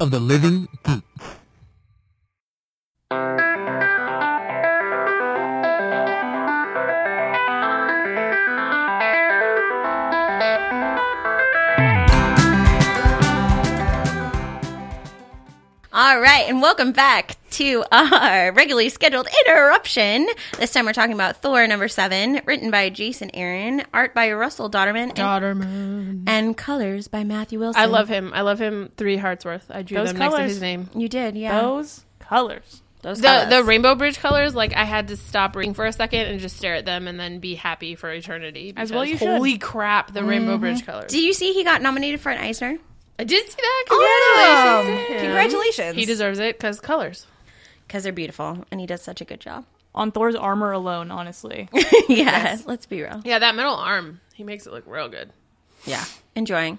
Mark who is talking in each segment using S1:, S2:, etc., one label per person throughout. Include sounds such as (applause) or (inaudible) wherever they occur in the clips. S1: of the living geek.
S2: All right, and welcome back to our regularly scheduled interruption. This time we're talking about Thor number seven, written by Jason Aaron, art by Russell Dodderman, and,
S3: Daughterman.
S2: and colors by Matthew Wilson.
S3: I love him. I love him. Three hearts worth. I drew
S4: Those
S3: them next to
S4: colours.
S3: his name.
S2: You did, yeah.
S4: Those colors.
S2: Those
S3: The
S2: colours.
S3: the rainbow bridge colors. Like I had to stop reading for a second and just stare at them and then be happy for eternity.
S4: As well
S3: because
S4: you should.
S3: Holy crap! The rainbow bridge colors.
S2: Did you see he got nominated for an Eisner?
S3: I did see that.
S2: Awesome.
S3: Congratulations. to him.
S2: Congratulations.
S3: He deserves it because colors.
S2: because they're beautiful, and he does such a good job.
S4: On Thor's armor alone, honestly.
S2: yeah, let's be real.
S3: Yeah, that metal arm. He makes it look real good.
S2: Yeah, enjoying,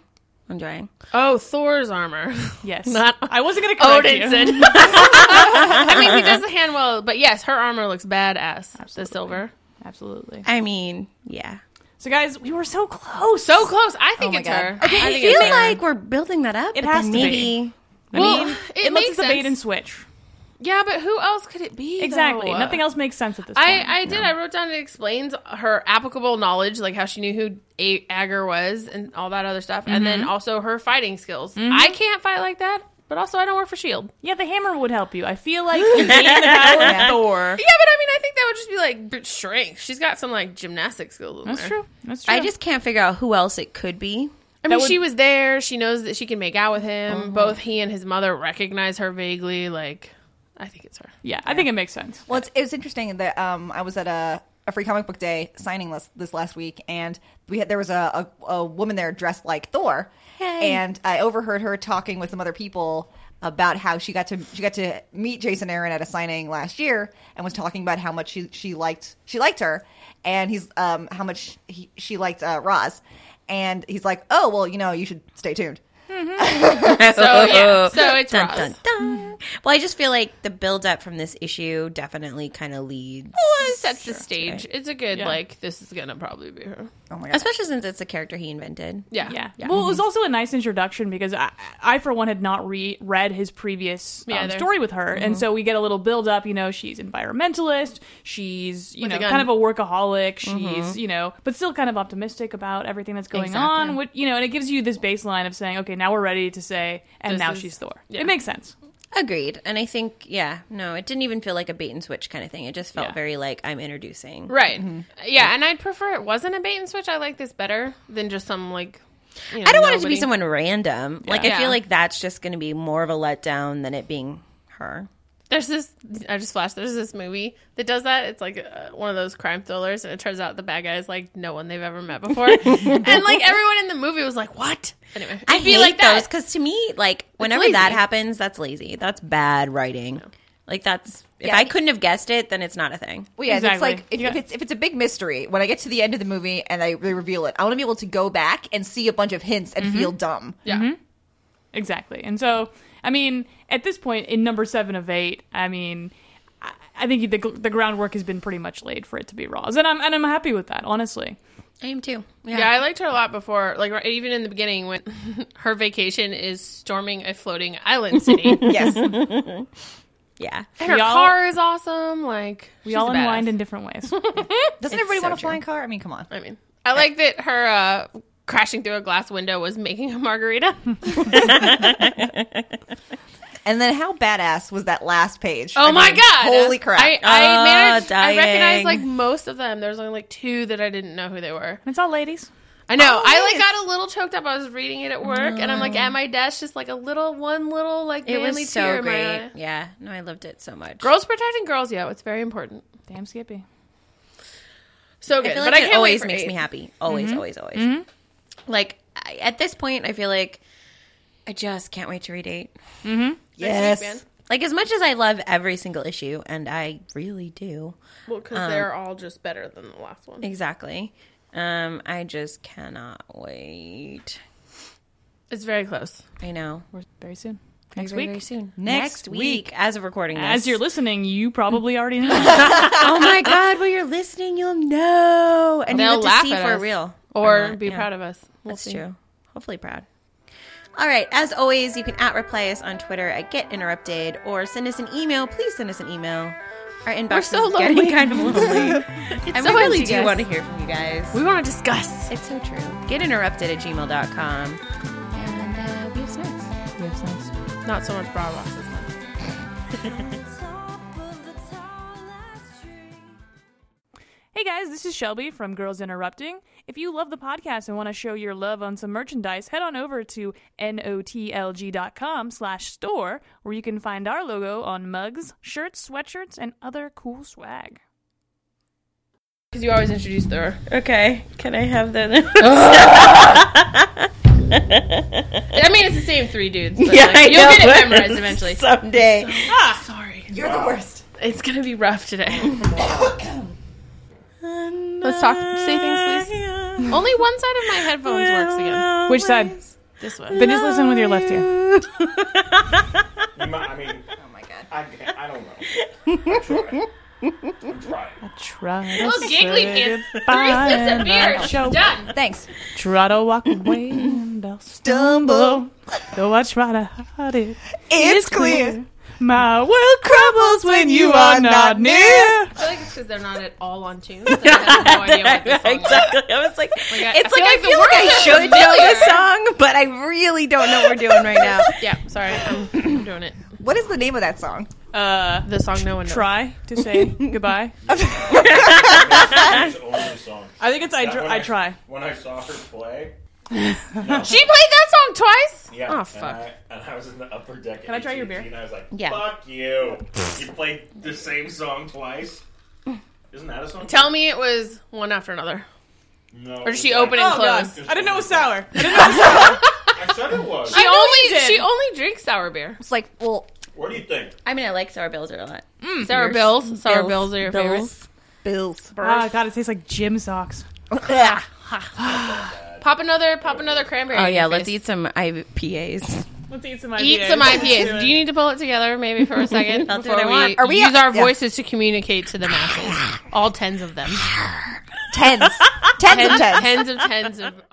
S2: enjoying.
S3: Oh, Thor's (laughs) armor.
S4: Yes.
S3: Not-
S4: I wasn't going to
S3: (laughs)
S4: correct you.
S3: Odinson. I mean, he does the hand well, but yes, her armor looks badass. The silver.
S4: Absolutely.
S2: I mean, yeah.
S4: So, guys, we were so close.
S3: So close. I think
S4: Oh my
S3: it's
S4: God.
S3: her.
S4: Okay,
S3: I
S2: I,
S3: think
S2: feel
S3: it's her.
S2: like we're building that up.
S4: It
S2: but
S4: has
S2: then
S4: to be.
S2: maybe.
S4: I
S3: Well,
S4: mean,
S3: it
S4: it, looks
S3: makes
S4: like a bait
S3: sense.
S4: and switch.
S3: Yeah, but who else could it be?
S4: Exactly.
S3: though?
S4: Nothing else makes sense at this
S3: I,
S4: point.
S3: I did. I wrote down it explains her applicable knowledge, like how she knew who A- Agar was and all that other stuff, and then also her fighting skills. I can't fight like that, but also I E don't work for Shield.
S4: yeah, the hammer would help you. I feel like you gain the power of Thor.
S3: Yeah, but I mean, I think that would just be like b- strength. She's got some like gymnastic skills. In
S4: That's
S3: there.
S4: true. That's true.
S2: I just can't figure out who else it could be.
S3: I mean,
S4: would-
S3: she was Uh-huh. there. She knows that she can make out with him. Both he and his mother recognize her vaguely. Like, I think it's her.
S4: yeah, I think it makes sense.
S5: Well, it's, it was interesting that um, I was at a, a free comic book day signing list this last week, and we had there was a, a, a woman there dressed like Thor,
S2: Hey.
S5: and I overheard her talking with some other people about how she got to she got to meet Jason Aaron at a signing last year, and was talking about how much she, she liked she liked her, and he's um how much he, she liked uh, Roz, and he's like, oh well, you know, you should stay tuned.
S3: So
S2: (laughs)
S3: yeah, so it's
S2: Dun,
S3: Ross.
S2: dun, dun. Well, I just feel like the build up from this issue definitely kind of leads,
S3: It sets the stage. It's a good
S4: Yeah.
S3: like. This is gonna probably be her.
S5: Oh my god!
S2: especially since it's a character he invented.
S3: Yeah, Mm-hmm.
S4: Yeah. Well, it was also a nice introduction because I, I for one, had not re- read his previous um,
S3: Me either. Mm-hmm.
S4: story with her, and so we get a little build up. You know, she's environmentalist. She's you
S3: With a
S4: know
S3: gun. Mm-hmm.
S4: kind of a workaholic. She's you know, but still kind of optimistic about everything that's going on. What you know, and it gives you this baseline of saying, okay, now we're ready to say, and
S3: This
S4: now
S3: is-
S4: she's Thor.
S3: yeah.
S4: It makes sense.
S2: Agreed. And I think, yeah, no, it didn't even feel like a bait and switch kind of thing. It just felt
S4: Yeah.
S2: very like I'm introducing.
S3: Right. Yeah, and I'd prefer it wasn't a bait and switch. I like this better than just some like. you know,
S2: I don't want it to
S3: nobody.
S2: be someone random. Like, I
S3: Yeah.
S2: feel like that's just going to be more of a letdown than it being her.
S3: There's this. I just flashed. There's this movie that does that. It's like uh, one of those crime thrillers, and it turns out the bad guy is like no one they've ever
S2: (laughs)
S3: met before, and like everyone in the movie was like, "What?" Anyway, it'd
S2: I
S3: be
S2: hate
S3: like that.
S2: those because to me, like, whenever
S3: lazy.
S2: that happens, that's lazy. That's bad writing. Like, that's if
S5: Yeah.
S2: I couldn't have guessed it, then it's not a thing.
S5: Well, yeah,
S4: Exactly.
S5: it's like if,
S4: You
S5: if
S4: got-
S5: it's if it's a big mystery, when I get to the end of the movie and I they reveal it, I want to be able to go back and see a bunch of hints and feel dumb.
S3: Mm-hmm. Yeah.
S4: Exactly. And so, I mean, at this point in number seven of eight, I mean, I, I think the, the groundwork has been pretty much laid for it to be Roz, and I'm and I'm happy with that, honestly.
S2: I am too.
S3: Yeah. I liked her a lot before. Like right- even in the beginning when (laughs) her vacation is storming a floating island
S2: (laughs)
S3: city. and
S5: Yes, I
S2: Yeah.
S3: her
S4: We all-
S3: car is awesome. Like
S4: We all unwind in
S2: (laughs)
S4: different ways.
S5: doesn't everybody want a flying car? I mean, come on.
S3: I mean, I like that her uh, crashing through a glass window was making
S2: (laughs)
S3: a margarita. Oh
S5: And then how badass was that last page?
S3: Oh
S5: I
S3: my
S5: mean,
S3: god!
S5: Holy crap!
S3: I, I
S2: Oh,
S3: managed.
S2: dying.
S3: I recognized like most of them. There's only like two that I didn't know who they were.
S4: it's all ladies.
S3: I know.
S2: Oh,
S3: I like got a little choked up. I was reading it at work, and I'm like at my desk, just like a little one little like
S2: Mm. It
S3: manly
S2: was so
S3: tear in my
S2: great.
S3: eye.
S2: Yeah. No, I loved it so much.
S3: Girls protecting girls. Yeah, it's very important.
S4: Damn Skippy.
S3: So
S2: I
S3: good.
S2: feel
S3: but
S2: like it
S3: I can't
S2: always
S3: wait for
S2: makes
S3: eight. Mm-hmm.
S2: me happy. Always, always, always. Like, I, at this point, I feel like I just can't wait to read eight.
S5: yes,
S3: man.
S2: Like, as much as I love every single issue, and I really do,
S3: Well, because
S2: Um,
S3: they're all just better than the last one.
S2: exactly, um, I just cannot wait.
S3: It's very close.
S2: I know.
S4: We're very soon. Next
S2: Very,
S4: week.
S2: very soon.
S5: Next
S2: week, as of recording this.
S4: As you're listening,
S2: (laughs)
S4: you probably already know.
S2: oh
S3: (laughs)
S2: my god, when you're listening, you'll know, and
S3: They'll
S2: you'll get
S3: laugh
S2: to see
S3: at
S2: for
S3: us.
S2: real
S3: Or
S2: not,
S3: be
S2: yeah.
S3: proud of us. We'll
S2: That's
S3: see.
S2: true. Hopefully, proud. All right. As always, you can at reply us on Twitter at Get Interrupted or send us an email. Please send us an email. Our inbox
S3: so
S2: is getting
S3: lonely.
S2: kind of (laughs) lonely. and
S3: so
S2: we really
S3: empty,
S2: do
S3: guys.
S2: want to hear from you guys.
S3: We want to discuss.
S2: It's so true. Get interrupted at gmail.com. And uh, we have snacks.
S3: Not so much bra boxes.
S4: Hey guys, this is Shelby from Girls Interrupting. If you love the podcast and want to show your love on some merchandise, head on over to notlg.com slash store where you can find our logo on mugs, shirts, sweatshirts, and other cool swag.
S3: Because you always introduce the.
S2: Okay. Can I have the.
S3: I mean, it's the same three dudes.
S2: (laughs)
S3: But
S2: yeah,
S3: like,
S2: I
S3: you'll
S2: know,
S3: get
S2: but (laughs)
S3: it memorized eventually.
S2: Someday.
S3: ah, sorry.
S5: You're the worst.
S3: It's gonna be rough
S5: (laughs)
S3: today. Let's talk. Say things, please. Only one side of my headphones works again.
S4: Which side?
S3: This one.
S4: But just listen with your left ear.
S1: You might- I mean,
S5: Oh my god.
S1: I, can't- I don't know. I'm trying. I'm trying.
S4: Try
S3: Those giggly pants. Three sips of beer.
S4: and
S3: It's done.
S5: Thanks.
S4: Try to walk away and I'll stumble. Though I try to hide it.
S5: It's
S3: (laughs)
S5: clear.
S4: My world crumbles when you are not near.
S3: I feel like it's because they're not at all on tune.
S2: (laughs)
S3: so I have no idea what this song is.
S2: exactly. I was like,
S3: I-
S2: it's
S3: I
S2: like
S3: feel
S2: I
S3: like the
S2: feel like I
S3: words are
S2: should know
S3: familiar.
S2: the song, but I really don't know what we're doing right (laughs) now.
S3: Yeah, sorry. I'm, I'm doing it.
S5: What is the name of that song?
S4: Uh,
S3: The song no one knows.
S4: try to (laughs) say goodbye.
S1: It's the only song.
S4: I think it's I, dr-
S1: When
S4: I try.
S1: When I saw her play.
S3: She played that song twice?
S1: Yeah.
S3: Oh,
S1: and
S3: fuck.
S1: I, and I was in the upper deck.
S4: Can I try your beer?
S1: And I was like,
S2: Yeah.
S1: fuck you. You played the same song twice. Isn't that a song?
S3: Tell me it was one after another.
S1: no.
S3: Or did she open and close?
S1: I didn't know it was
S4: sour.
S1: I said it was.
S3: She only
S4: did.
S3: she only drinks sour beer.
S5: It's like, well,
S1: what do you think?
S2: I mean, I like sour bills a lot.
S3: (laughs) Sour bills. Sour bills are your favorite.
S5: Bills.
S4: Oh god, it tastes like gym socks.
S3: Pop another pop another cranberry.
S2: Oh
S3: in
S2: yeah,
S3: your
S2: let's
S3: face.
S2: eat some IPAs.
S4: Let's eat some IPAs.
S3: Eat some IPAs. Do you need to pull it together maybe for a second
S2: I'll do
S3: before
S2: what I
S3: we,
S2: want.
S5: Are we-
S3: use our
S5: yeah.
S3: voices to communicate to the masses? All tens of them. (laughs)
S5: Tens. tens of
S3: Tens,
S5: tens.
S3: tens of tens of